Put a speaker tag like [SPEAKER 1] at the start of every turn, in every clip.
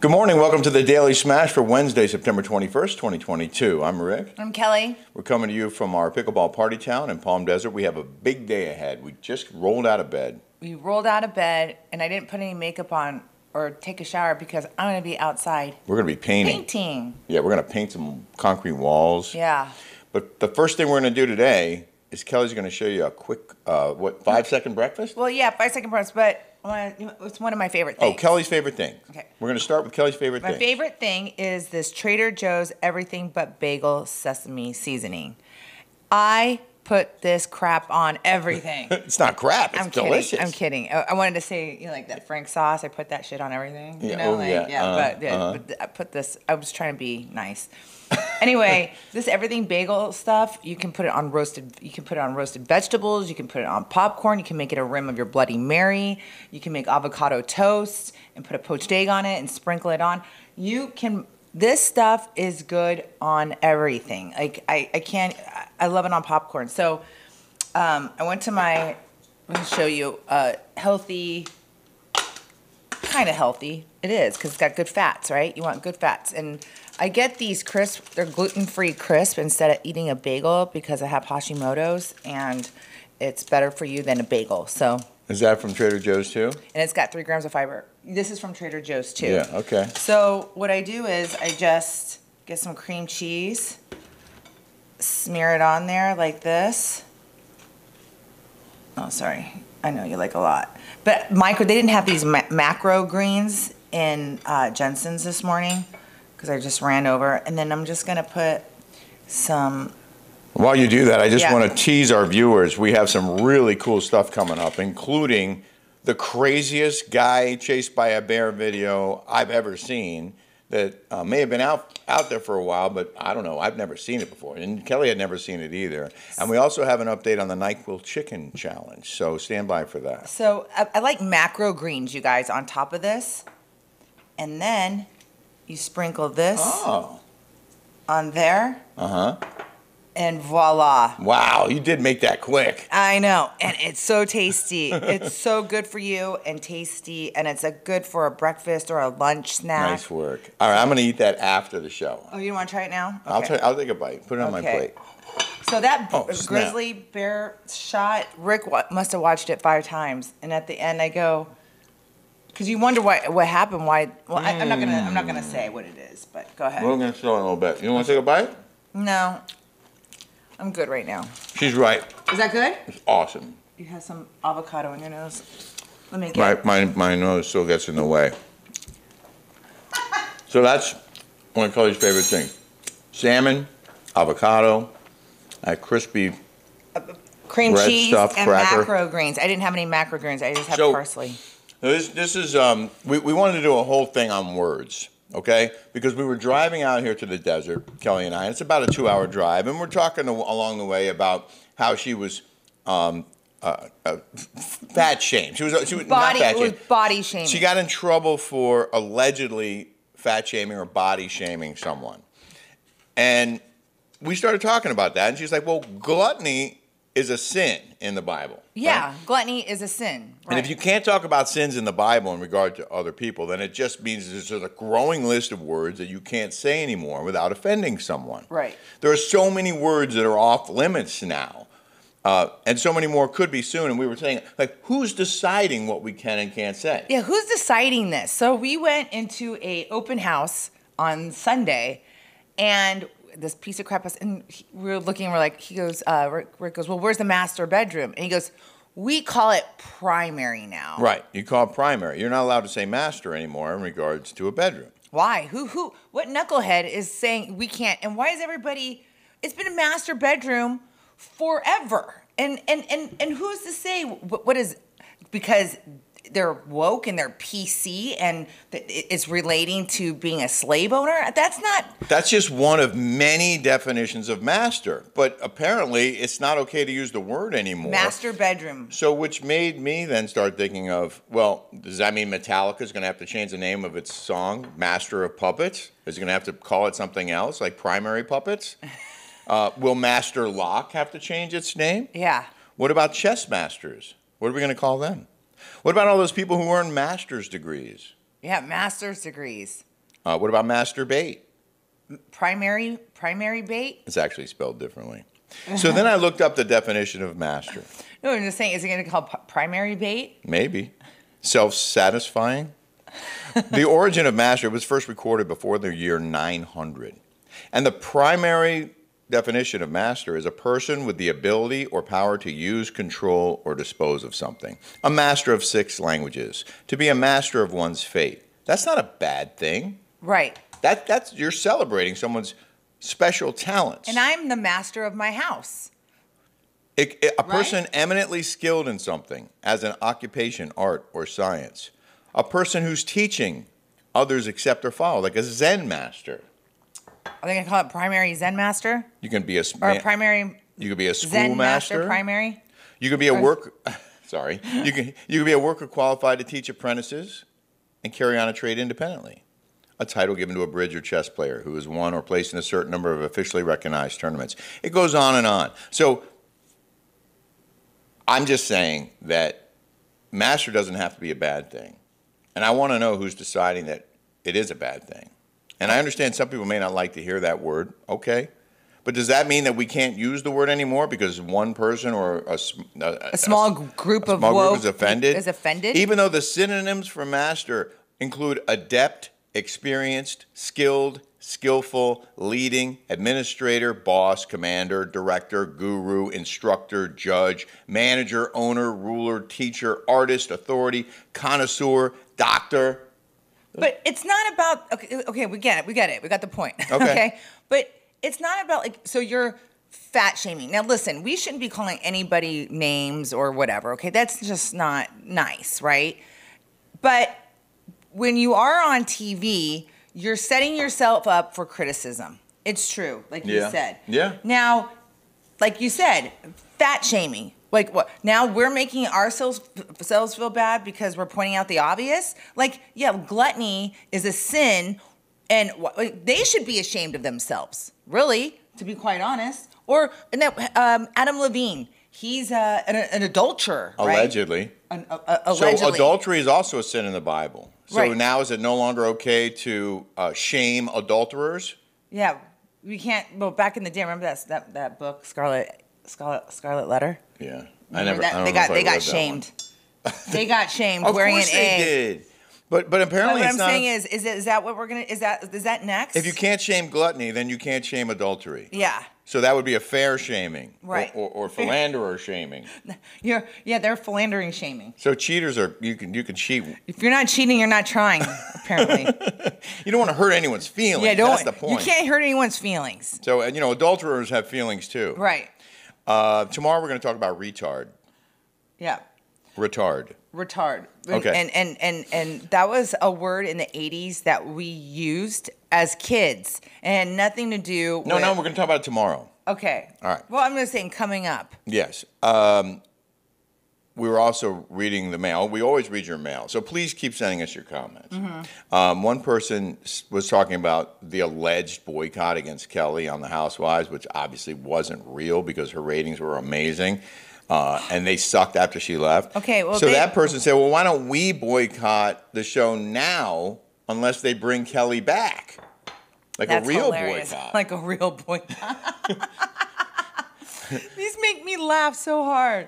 [SPEAKER 1] Good morning. Welcome to the Daily Smash for Wednesday, September 21st, 2022. I'm Rick.
[SPEAKER 2] I'm Kelly.
[SPEAKER 1] We're coming to you from our pickleball party town in Palm Desert. We have a big day ahead. We just rolled out of bed.
[SPEAKER 2] We rolled out of bed, and I didn't put any makeup on or take a shower because I'm going to be outside
[SPEAKER 1] We're going to be painting.
[SPEAKER 2] painting.
[SPEAKER 1] Yeah, we're going to paint some concrete walls.
[SPEAKER 2] Yeah.
[SPEAKER 1] But the first thing we're going to do today is Kelly's going to show you a quick, uh, what, five second breakfast?
[SPEAKER 2] Well, yeah, five second parts, but uh, it's one of my favorite
[SPEAKER 1] Oh,
[SPEAKER 2] things.
[SPEAKER 1] Kelly's favorite thing.
[SPEAKER 2] Okay.
[SPEAKER 1] We're going to start with Kelly's favorite
[SPEAKER 2] My
[SPEAKER 1] thing.
[SPEAKER 2] favorite thing is this Trader Joe's everything but bagel sesame seasoning. I put this crap on everything.
[SPEAKER 1] It's not crap. It's
[SPEAKER 2] I'm
[SPEAKER 1] delicious.
[SPEAKER 2] Kidding. I'm kidding. I, I wanted to say, you know, like that Frank sauce. I put that shit on everything.
[SPEAKER 1] Yeah,
[SPEAKER 2] You know,
[SPEAKER 1] oh,
[SPEAKER 2] like
[SPEAKER 1] yeah,
[SPEAKER 2] yeah.
[SPEAKER 1] uh-huh,
[SPEAKER 2] but, yeah
[SPEAKER 1] uh-huh.
[SPEAKER 2] but th- I put this. I was trying to be nice. anyway, this everything bagel stuff. You can put it on roasted. You can put it on roasted vegetables. You can put it on popcorn. You can make it a rim of your Bloody Mary. You can make avocado toast and put a poached egg on it and sprinkle it on. You can. This stuff is good on everything. Like I, I can't. I- I love it on popcorn. So um, I went to my, I'm gonna show you a healthy, kind of healthy. It is because it's got good fats, right? You want good fats, and I get these crisp. They're gluten-free crisp instead of eating a bagel because I have Hashimoto's, and it's better for you than a bagel. So, and
[SPEAKER 1] Is that from Trader Joe's too?
[SPEAKER 2] it's got three grams of fiber. This is from Trader Joe's too.
[SPEAKER 1] Yeah, okay.
[SPEAKER 2] So what I do is I just get some cream cheese, smear it on there like this. Oh, sorry. I know you like a lot, but micro. They didn't have these ma- macro greens in uh, Jensen's this morning because I just ran over, and then I'm just gonna put some.
[SPEAKER 1] While you do that, I just
[SPEAKER 2] Yeah.
[SPEAKER 1] want to tease our viewers. We have some really cool stuff coming up, including the craziest guy chased by a bear video I've ever seen. That uh, may have been out out there for a while, but I don't know. I've never seen it before, and Kelly had never seen it either. And we also have an update on the Nyquil Chicken Challenge, so stand by for that.
[SPEAKER 2] So I, I like macro greens, you guys, on top of this, and then you sprinkle this
[SPEAKER 1] Oh,
[SPEAKER 2] on there,
[SPEAKER 1] uh huh.
[SPEAKER 2] and voila.
[SPEAKER 1] Wow, you did make that quick.
[SPEAKER 2] I know, and it's so tasty. it's so good for you and tasty, and it's a good for a breakfast or a lunch snack.
[SPEAKER 1] Nice work. All right, I'm gonna eat that after the show.
[SPEAKER 2] Oh, you want to try it now?
[SPEAKER 1] I'll try, I'll take a bite. Put it on my
[SPEAKER 2] Okay.
[SPEAKER 1] plate.
[SPEAKER 2] So that
[SPEAKER 1] Oh,
[SPEAKER 2] b-
[SPEAKER 1] snap.
[SPEAKER 2] grizzly bear shot, Rick wa- must have watched it five times, and at the end I go, because you wonder why what happened. Why? Well, I, I'm not gonna I'm not gonna say what it is, but go ahead.
[SPEAKER 1] We're gonna show in a little bit. You want to take a bite?
[SPEAKER 2] no, I'm good right now.
[SPEAKER 1] She's right.
[SPEAKER 2] Is that good?
[SPEAKER 1] It's awesome.
[SPEAKER 2] You have some avocado in your nose. Let me get.
[SPEAKER 1] My, my, my nose still gets in the way. So that's one of Kelly's favorite things: salmon, avocado, that crispy.
[SPEAKER 2] cream
[SPEAKER 1] Red
[SPEAKER 2] cheese
[SPEAKER 1] stuff,
[SPEAKER 2] and
[SPEAKER 1] cracker.
[SPEAKER 2] macro greens. I didn't have any macro greens. I just have
[SPEAKER 1] So-
[SPEAKER 2] parsley.
[SPEAKER 1] Now, This this is um we, we wanted to do a whole thing on words, okay? Because we were driving out here to the desert, Kelly and I. And it's about a two-hour drive, and we're talking a- along the way about how she was. Um, uh, uh, fat shame. She was. She was not
[SPEAKER 2] Body
[SPEAKER 1] fat
[SPEAKER 2] it was
[SPEAKER 1] shamed.
[SPEAKER 2] body shaming.
[SPEAKER 1] She got in trouble for allegedly fat shaming or body shaming someone. And we started talking about that. And she's like, well, gluttony is a sin in the Bible.
[SPEAKER 2] yeah,
[SPEAKER 1] right?
[SPEAKER 2] gluttony is a sin.
[SPEAKER 1] And if
[SPEAKER 2] right.
[SPEAKER 1] you can't talk about sins in the Bible in regard to other people, then it just means there's just a growing list of words that you can't say anymore without offending someone.
[SPEAKER 2] Right.
[SPEAKER 1] There are so many words that are off limits now. Uh, and so many more could be soon. And we were saying, like, who's deciding what we can and can't say?
[SPEAKER 2] Yeah, who's deciding this? So we went into a open house on Sunday, and this piece of crap was, and he, we were looking, we're like, he goes, uh, Rick, Rick goes, well, where's the master bedroom? And he goes, we call it primary now.
[SPEAKER 1] Right. You call it primary. You're not allowed to say master anymore in regards to a bedroom.
[SPEAKER 2] Why? Who? Who? What knucklehead is saying we can't? And why is everybody? It's been a master bedroom forever. And and and and who's to say what, what is? Because they're woke and they're PC and th- it's relating to being a slave owner. That's not.
[SPEAKER 1] That's just one of many definitions of master, but apparently it's not okay to use the word anymore.
[SPEAKER 2] Master bedroom.
[SPEAKER 1] So, which made me then start thinking of, well, does that mean Metallica's going to have to change the name of its song, Master of Puppets? Is it going to have to call it something else, like Primary Puppets? uh, will Master Lock have to change its name?
[SPEAKER 2] Yeah.
[SPEAKER 1] What about chess masters? What are we going to call them? What about all those people who earn master's degrees?
[SPEAKER 2] Yeah. Master's degrees.
[SPEAKER 1] Uh, what about masturbate?
[SPEAKER 2] Primary primary bait?
[SPEAKER 1] It's actually spelled differently. So then I looked up the definition of master.
[SPEAKER 2] No, I'm just saying, is it going to call p- primary bait?
[SPEAKER 1] Maybe. Self satisfying? the origin of master was first recorded before the year 900. And the primary definition of master is a person with the ability or power to use, control, or dispose of something. A master of six languages, to be a master of one's fate. That's not a bad thing.
[SPEAKER 2] Right.
[SPEAKER 1] That, that's you're celebrating someone's special talents.
[SPEAKER 2] And I'm the master of my house.
[SPEAKER 1] It, it- a
[SPEAKER 3] Right?
[SPEAKER 1] person eminently skilled in something, as an occupation, art, or science. A person who's teaching others accept or follow, like a Zen master.
[SPEAKER 2] Are they going to call it primary Zen master
[SPEAKER 1] You can be a s-
[SPEAKER 2] or
[SPEAKER 1] ma-
[SPEAKER 2] primary
[SPEAKER 1] you can be a school
[SPEAKER 2] Zen
[SPEAKER 1] master.
[SPEAKER 2] master primary?
[SPEAKER 1] you can be a
[SPEAKER 2] or-
[SPEAKER 1] work. Sorry, you can you can be a worker qualified to teach apprentices and carry on a trade independently. A title given to a bridge or chess player who has won or placed in a certain number of officially recognized tournaments. It goes on and on. So I'm just saying that master doesn't have to be a bad thing. And I want to know who's deciding that it is a bad thing. And I understand some people may not like to hear that word. Okay. But does that mean that we can't use the word anymore because one person or a, sm- a, a-
[SPEAKER 2] A small g- group of
[SPEAKER 1] small
[SPEAKER 2] woke
[SPEAKER 1] group is offended?
[SPEAKER 2] Is offended?
[SPEAKER 1] Even though the synonyms for master include adept, experienced, skilled, skillful, leading, administrator, boss, commander, director, guru, instructor, judge, manager, owner, ruler, teacher, artist, authority, connoisseur, doctor.
[SPEAKER 2] But it's not about okay. uh, Okay, we get it. We get it. We got the point.
[SPEAKER 1] Okay.
[SPEAKER 2] But it's not about like so you're fat shaming. Now listen, we shouldn't be calling anybody names or whatever. Okay, that's just not nice, right? But when you are on TV, you're setting yourself up for criticism. It's true, like
[SPEAKER 1] Yeah.
[SPEAKER 2] you said.
[SPEAKER 1] Yeah.
[SPEAKER 2] Now, like you said, fat shaming. Like what? Now we're making ourselves ourselves feel bad because we're pointing out the obvious. Like, yeah, gluttony is a sin, and wh- like, they should be ashamed of themselves, really, to be quite honest. Or and that um, Adam Levine, he's uh, an, an adulterer, right?
[SPEAKER 1] Allegedly.
[SPEAKER 2] An, a, a,
[SPEAKER 1] So
[SPEAKER 2] allegedly.
[SPEAKER 1] adultery is also a sin in the Bible. So
[SPEAKER 2] Right.
[SPEAKER 1] now is it no longer okay to uh, shame adulterers?
[SPEAKER 2] Yeah, we can't. Well, back in the day, remember that that, that book, Scarlet Scarlet Scarlet Letter.
[SPEAKER 1] Yeah, I
[SPEAKER 2] Remember that,
[SPEAKER 1] don't
[SPEAKER 2] they
[SPEAKER 1] know if
[SPEAKER 2] got
[SPEAKER 1] I
[SPEAKER 2] they got
[SPEAKER 1] read that one.
[SPEAKER 2] shamed. they got shamed
[SPEAKER 1] Of
[SPEAKER 2] wearing
[SPEAKER 1] course
[SPEAKER 2] an
[SPEAKER 1] they
[SPEAKER 2] A.
[SPEAKER 1] did. But but
[SPEAKER 2] But
[SPEAKER 1] apparently
[SPEAKER 2] what
[SPEAKER 1] it's
[SPEAKER 2] I'm
[SPEAKER 1] not.
[SPEAKER 2] saying is, is that, is that what we're gonna? Is that is that next?
[SPEAKER 1] if you can't shame gluttony, then you can't shame adultery.
[SPEAKER 2] yeah,
[SPEAKER 1] So that would be a fair shaming, or-
[SPEAKER 2] Right.
[SPEAKER 1] Or, or, philanderer shaming.
[SPEAKER 2] you're yeah, they're philandering shaming.
[SPEAKER 1] So cheaters are you can you can cheat.
[SPEAKER 2] If you're not cheating, you're not trying. Apparently,
[SPEAKER 1] You don't want to hurt anyone's feelings.
[SPEAKER 2] yeah, don't.
[SPEAKER 1] That's the point.
[SPEAKER 2] You can't hurt anyone's feelings,
[SPEAKER 1] So and you know adulterers have feelings too.
[SPEAKER 2] right?
[SPEAKER 1] Uh, tomorrow we're going to talk about retard.
[SPEAKER 2] Yeah,
[SPEAKER 1] Retard.
[SPEAKER 2] retard.
[SPEAKER 1] Okay.
[SPEAKER 2] And and and and that was a word in the '80s that we used as kids, and had nothing to do.
[SPEAKER 1] No,
[SPEAKER 2] with,
[SPEAKER 1] no, we're going to talk about it tomorrow.
[SPEAKER 2] Okay.
[SPEAKER 1] All right.
[SPEAKER 2] Well, I'm just saying coming up.
[SPEAKER 1] Yes. Um, we were also reading the mail. We always read your mail, so please keep sending us your comments.
[SPEAKER 2] Mm-hmm.
[SPEAKER 1] Um, one person s- was talking about the alleged boycott against Kelly on The Housewives, which obviously wasn't real because her ratings were amazing, uh, and they sucked after she left.
[SPEAKER 2] Okay, well,
[SPEAKER 1] so
[SPEAKER 2] they-
[SPEAKER 1] that person said, "Well, why don't we boycott the show now unless they bring Kelly back, like
[SPEAKER 2] That's
[SPEAKER 1] a real
[SPEAKER 2] hilarious. Oh
[SPEAKER 1] boycott?"
[SPEAKER 2] Like a real boycott. These make me laugh so hard.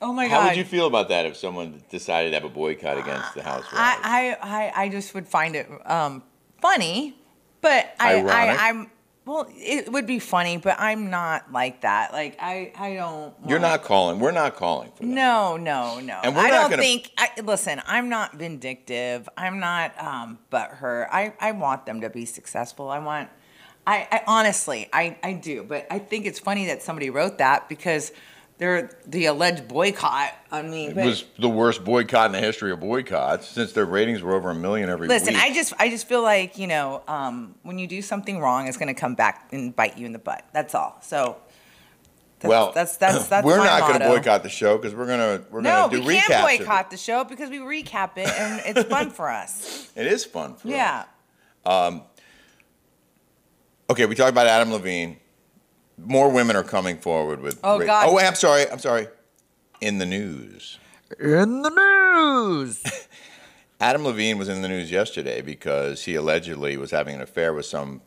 [SPEAKER 2] Oh my
[SPEAKER 1] How
[SPEAKER 2] god.
[SPEAKER 1] would you feel about that if someone decided to have a boycott against The Housewives?
[SPEAKER 2] I, I, I, I just would find it um, funny, but I,
[SPEAKER 1] Ironic?
[SPEAKER 2] I, I'm well, it would be funny, but I'm not like that. Like I, I don't.
[SPEAKER 1] You're
[SPEAKER 2] want-
[SPEAKER 1] not calling. We're not calling for that.
[SPEAKER 2] No, no, no.
[SPEAKER 1] And we're
[SPEAKER 2] I
[SPEAKER 1] not
[SPEAKER 2] don't
[SPEAKER 1] gonna-
[SPEAKER 2] think. I, listen, I'm not vindictive. I'm not um, butthurt. I, I want them to be successful. I want. I, I honestly, I, I do. But I think it's funny that somebody wrote that because they're the alleged boycott. I mean,
[SPEAKER 1] It
[SPEAKER 2] but
[SPEAKER 1] was the worst boycott in the history of boycotts since their ratings were over a million every
[SPEAKER 2] listen,
[SPEAKER 1] week.
[SPEAKER 2] I just I just feel like you know um, when you do something wrong, it's going to come back and bite you in the butt. That's all. So. That's,
[SPEAKER 1] well,
[SPEAKER 2] that's that's that's
[SPEAKER 1] we're
[SPEAKER 2] my
[SPEAKER 1] not
[SPEAKER 2] going
[SPEAKER 1] to boycott the show because we're going to we're
[SPEAKER 2] No,
[SPEAKER 1] going to
[SPEAKER 2] we
[SPEAKER 1] do
[SPEAKER 2] can't
[SPEAKER 1] recaps. of
[SPEAKER 2] boycott the show because we recap it and it's fun for us.
[SPEAKER 1] It. it is fun. For us.
[SPEAKER 2] Yeah.
[SPEAKER 1] Okay, we talked about Adam Levine. More women are coming forward with.
[SPEAKER 2] Oh, God.
[SPEAKER 1] Oh wait, I'm sorry. I'm sorry. In the news.
[SPEAKER 2] in the news.
[SPEAKER 1] Adam Levine was in the news yesterday because he allegedly was having an affair with some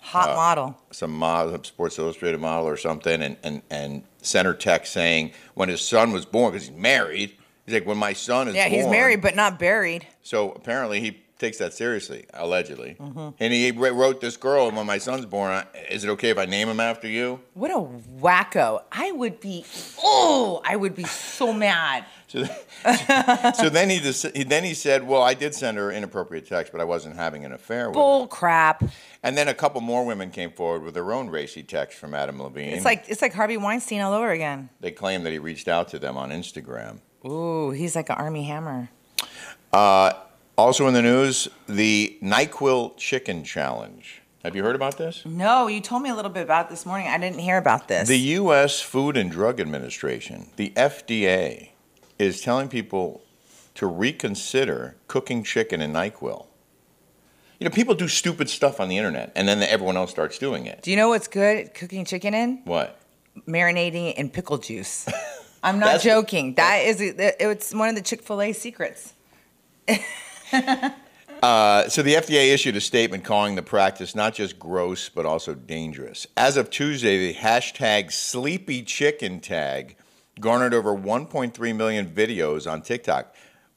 [SPEAKER 1] Uh,
[SPEAKER 2] Hot model.
[SPEAKER 1] some model, Sports Illustrated model or something, and, and, and sent her text saying when his son was born, because he's married. He's like, when my son is
[SPEAKER 2] Yeah,
[SPEAKER 1] born.
[SPEAKER 2] he's married but not buried.
[SPEAKER 1] So apparently he takes that seriously, allegedly.
[SPEAKER 2] Mm-hmm.
[SPEAKER 1] And he wr- wrote this girl, when my son's born, I- is it okay if I name him after you?
[SPEAKER 2] What a wacko. I would be, oh, I would be so mad.
[SPEAKER 1] So, so then he just, he- then he said, well, I did send her inappropriate text, but I wasn't having an affair with her.
[SPEAKER 2] Bull crap.
[SPEAKER 1] And then a couple more women came forward with their own racy text from Adam Levine.
[SPEAKER 2] It's like it's like Harvey Weinstein all over again.
[SPEAKER 1] they claimed that he reached out to them on Instagram.
[SPEAKER 2] Ooh, he's like an army hammer.
[SPEAKER 1] Also in the news, the NyQuil Chicken Challenge. Have you heard about this?
[SPEAKER 2] No, you told me a little bit about this morning. I didn't hear about this.
[SPEAKER 1] The U.S. Food and Drug Administration, the FDA, is telling people to reconsider cooking chicken in NyQuil. You know, people do stupid stuff on the internet, and then everyone else starts doing it.
[SPEAKER 2] Do you know what's good at cooking chicken in?
[SPEAKER 1] What?
[SPEAKER 2] Marinating it in pickle juice. I'm not
[SPEAKER 1] That's-
[SPEAKER 2] joking. That is it's one of the Chick-fil-A secrets.
[SPEAKER 1] Uh, so the FDA issued a statement calling the practice not just gross but also dangerous. As of Tuesday, the hashtag Sleepy Chicken tag garnered over 1.3 million videos on TikTok.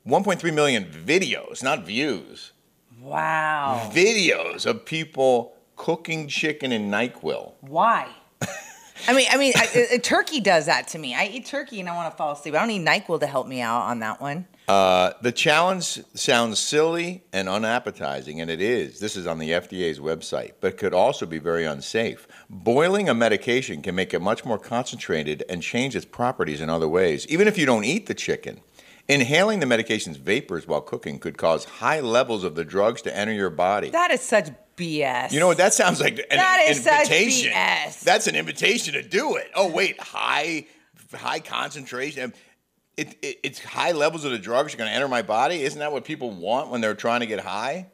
[SPEAKER 1] 1.3 million videos, not views.
[SPEAKER 2] Wow.
[SPEAKER 1] videos of people cooking chicken in NyQuil.
[SPEAKER 2] Why? I mean, I mean, I, I- turkey does that to me. I eat turkey and I want to fall asleep. I don't need Nyquil to help me out on that one.
[SPEAKER 1] Uh, the challenge sounds silly and unappetizing, and it is. This is on the FDA's website, but could also be very unsafe. Boiling a medication can make it much more concentrated and change its properties in other ways, even if you don't eat the chicken. Inhaling the medication's vapors while cooking could cause high levels of the drugs to enter your body.
[SPEAKER 2] That is such BS.
[SPEAKER 1] You know what? That sounds like an
[SPEAKER 2] That is such
[SPEAKER 1] invitation.
[SPEAKER 2] BS.
[SPEAKER 1] That's an invitation to do it. Oh wait, high, high concentration. It, it, it's high levels of the drugs are going to enter my body. Isn't that what people want when they're trying to get high?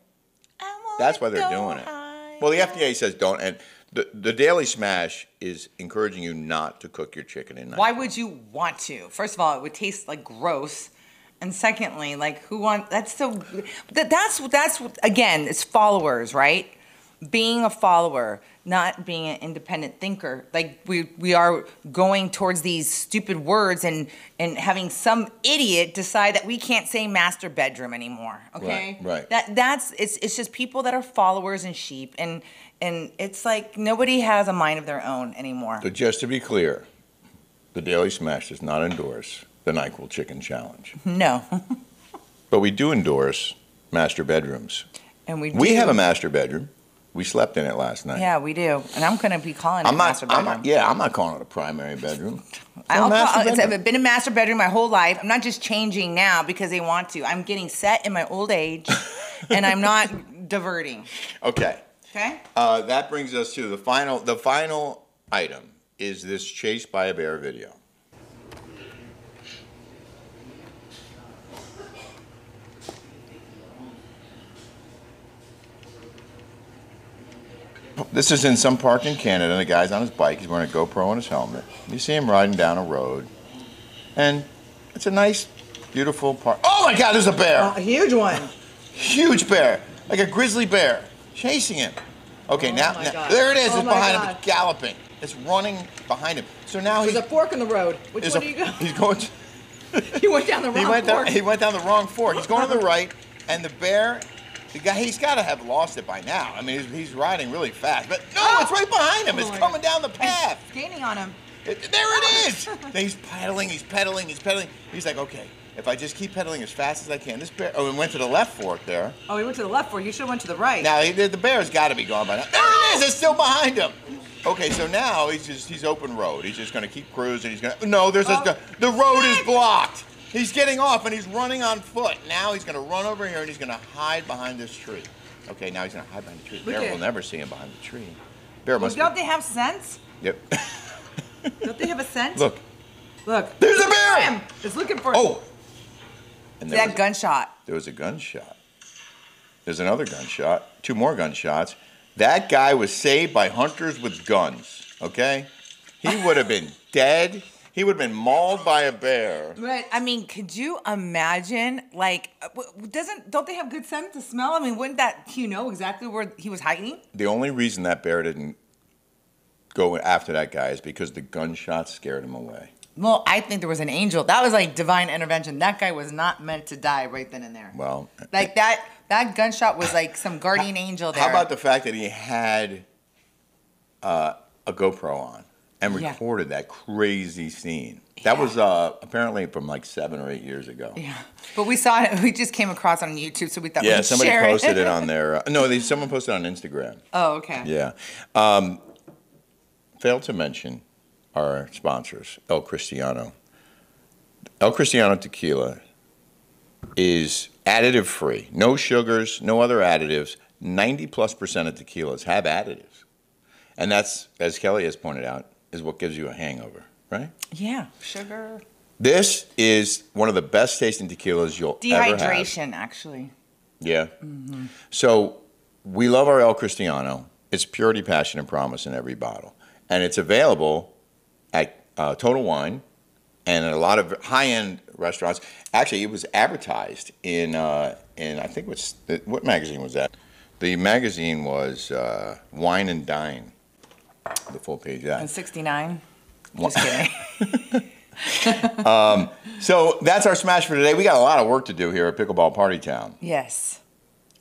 [SPEAKER 2] I wanna
[SPEAKER 1] That's why they're
[SPEAKER 2] go
[SPEAKER 1] doing
[SPEAKER 2] high.
[SPEAKER 1] it. Well, the FDA says don't. And the, the Daily Smash is encouraging you not to cook your chicken in night.
[SPEAKER 2] Why would you want to? First of all, it would taste like gross. And secondly, like who want that's so that, that's that's again, it's followers, right? Being a follower, not being an independent thinker. Like we we are going towards these stupid words and and having some idiot decide that we can't say master bedroom anymore, okay?
[SPEAKER 1] right.
[SPEAKER 2] That that's it's it's just people that are followers and sheep and and it's like nobody has a mind of their own anymore.
[SPEAKER 1] So just to be clear, the Daily Smash does not endorse the Nyquil Chicken Challenge,
[SPEAKER 2] No.
[SPEAKER 1] but we do endorse master bedrooms.
[SPEAKER 2] And we
[SPEAKER 1] We
[SPEAKER 2] do.
[SPEAKER 1] have a master bedroom. We slept in it last night.
[SPEAKER 2] Yeah, we do. And I'm going to be calling it
[SPEAKER 1] I'm
[SPEAKER 2] a
[SPEAKER 1] not.
[SPEAKER 2] master
[SPEAKER 1] I'm
[SPEAKER 2] bedroom.
[SPEAKER 1] not. Yeah, I'm not calling it a primary bedroom.
[SPEAKER 2] I'll
[SPEAKER 1] Well, master
[SPEAKER 2] call, it's,
[SPEAKER 1] bedroom.
[SPEAKER 2] I've been a master bedroom my whole life. I'm not just changing now because they want to. I'm getting set in my old age and I'm not diverting.
[SPEAKER 1] Okay.
[SPEAKER 2] Okay?
[SPEAKER 1] Uh, that brings us to the final. The final item is this chase by a bear video. This is in some park in Canada. The guy's on his bike. He's wearing a GoPro on his helmet. You see him riding down a road, and it's a nice, beautiful park. Oh my God! There's a bear.
[SPEAKER 2] A huge one.
[SPEAKER 1] huge bear, like a grizzly bear, chasing him. Okay, now,
[SPEAKER 3] Oh my
[SPEAKER 1] now-
[SPEAKER 3] God.
[SPEAKER 1] there it is.
[SPEAKER 3] Oh
[SPEAKER 1] it's
[SPEAKER 3] my
[SPEAKER 1] behind him.
[SPEAKER 3] God.
[SPEAKER 1] It's galloping. It's running behind him. So now he's
[SPEAKER 3] There's a fork in the road. Which
[SPEAKER 1] is
[SPEAKER 3] one do
[SPEAKER 1] a-
[SPEAKER 3] you go?
[SPEAKER 1] he's going. To,
[SPEAKER 3] You went down the wrong
[SPEAKER 1] he went down.
[SPEAKER 3] fork.
[SPEAKER 1] He went down the wrong fork. He's going to the right, and the bear, the guy, he's got to have lost it by now. I mean, he's, he's riding really fast, but no, it's right behind him.
[SPEAKER 3] Oh
[SPEAKER 1] it's
[SPEAKER 3] my
[SPEAKER 1] coming down the path.
[SPEAKER 2] Gaining on him.
[SPEAKER 1] It- there it is. Then he's pedaling, he's pedaling, he's pedaling. He's like, okay, if I just keep pedaling as fast as I can, this bear. Oh, and went to the left fork there.
[SPEAKER 3] Oh, he went to the left fork. You should have went to the right.
[SPEAKER 1] Now he- the bear's got to be gone by now. There it is! It's still behind him. Okay, so now he's just he's open road. He's just gonna keep cruising. He's gonna no. There's a, the road is blocked. He's getting off and he's running on foot. Now he's gonna run over here and he's gonna hide behind this tree. Okay, now he's gonna hide behind the tree. Bear
[SPEAKER 3] Wicked.
[SPEAKER 1] will never see him behind the tree. Bear
[SPEAKER 2] Well,
[SPEAKER 1] must.
[SPEAKER 2] don't
[SPEAKER 1] be,
[SPEAKER 2] they have sense?
[SPEAKER 1] yep.
[SPEAKER 3] Don't they have a scent?
[SPEAKER 1] Look,
[SPEAKER 3] Look.
[SPEAKER 1] there's a bear.
[SPEAKER 3] Him. It's looking for
[SPEAKER 1] Oh. And there
[SPEAKER 2] That
[SPEAKER 1] was-
[SPEAKER 2] gunshot.
[SPEAKER 1] there was a gunshot. There's another gunshot, two more gunshots. That guy was saved by hunters with guns, okay? He would have been dead. He would have been mauled by a bear.
[SPEAKER 3] Right.
[SPEAKER 2] I mean, could you imagine? Like, uh, w- doesn't don't they have good sense to smell? I mean, wouldn't that you know exactly where he was hiding?
[SPEAKER 1] The only reason that bear didn't go after that guy is because the gunshots scared him away.
[SPEAKER 2] Well, I think there was an angel. That was like divine intervention. That guy was not meant to die right then and there.
[SPEAKER 1] Well,
[SPEAKER 2] like that that gunshot was like some guardian angel there.
[SPEAKER 1] How about the fact that he had uh, a GoPro on and
[SPEAKER 2] Yeah.
[SPEAKER 1] recorded that crazy scene? That
[SPEAKER 2] Yeah.
[SPEAKER 1] was uh, apparently from like seven or eight years ago.
[SPEAKER 2] Yeah, but we saw it. We just came across on YouTube, so we thought.
[SPEAKER 1] Yeah,
[SPEAKER 2] we'd
[SPEAKER 1] somebody
[SPEAKER 2] share
[SPEAKER 1] posted it. on their. Uh, no, they, someone posted it on Instagram.
[SPEAKER 3] Oh, okay.
[SPEAKER 1] Yeah. Um, failed to mention our sponsors, El Cristiano. El Cristiano tequila is additive free, no sugars, no other additives. 90 plus percent of tequilas have additives. And that's, as Kelly has pointed out, is what gives you a hangover, right?
[SPEAKER 2] Yeah, sugar
[SPEAKER 1] This is one of the best tasting tequilas you'll ever have.
[SPEAKER 2] dehydration actually.
[SPEAKER 1] Yeah. So we love our El Cristiano. It's purity, passion, and promise in every bottle. And it's available at uh, Total Wine and at a lot of high end restaurants. Actually, it was advertised in, uh, in I think, what's, what magazine was that? The magazine was uh, Wine and Dine, the full page ad.
[SPEAKER 2] And sixty nine. Just kidding.
[SPEAKER 1] So that's our smash for today. We got a lot of work to do here at Pickleball Party Town,
[SPEAKER 2] yes.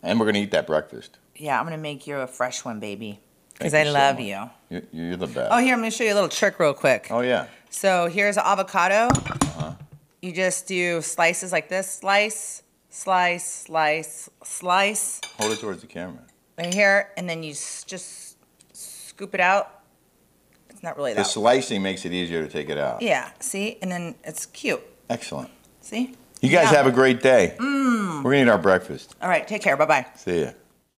[SPEAKER 1] and we're going to eat that breakfast.
[SPEAKER 2] Yeah, I'm gonna make you a fresh one, baby, because I
[SPEAKER 1] Thank you so
[SPEAKER 2] love
[SPEAKER 1] much.
[SPEAKER 2] you.
[SPEAKER 1] You- You're the best.
[SPEAKER 2] Oh, here I'm gonna show you a little trick real quick.
[SPEAKER 1] oh yeah.
[SPEAKER 2] So here's an avocado. You just do slices like this: slice, slice, slice, slice.
[SPEAKER 1] Hold it towards the camera.
[SPEAKER 2] Right here, and then you s- just scoop it out. It's not really
[SPEAKER 1] The
[SPEAKER 2] that.
[SPEAKER 1] slicing makes it easier to take it out.
[SPEAKER 2] yeah. See, and then it's cute.
[SPEAKER 1] Excellent.
[SPEAKER 2] See?
[SPEAKER 1] You guys
[SPEAKER 2] Yeah.
[SPEAKER 1] have a great day. We're going to eat our breakfast.
[SPEAKER 2] All right. Take care. Bye bye.
[SPEAKER 1] See ya.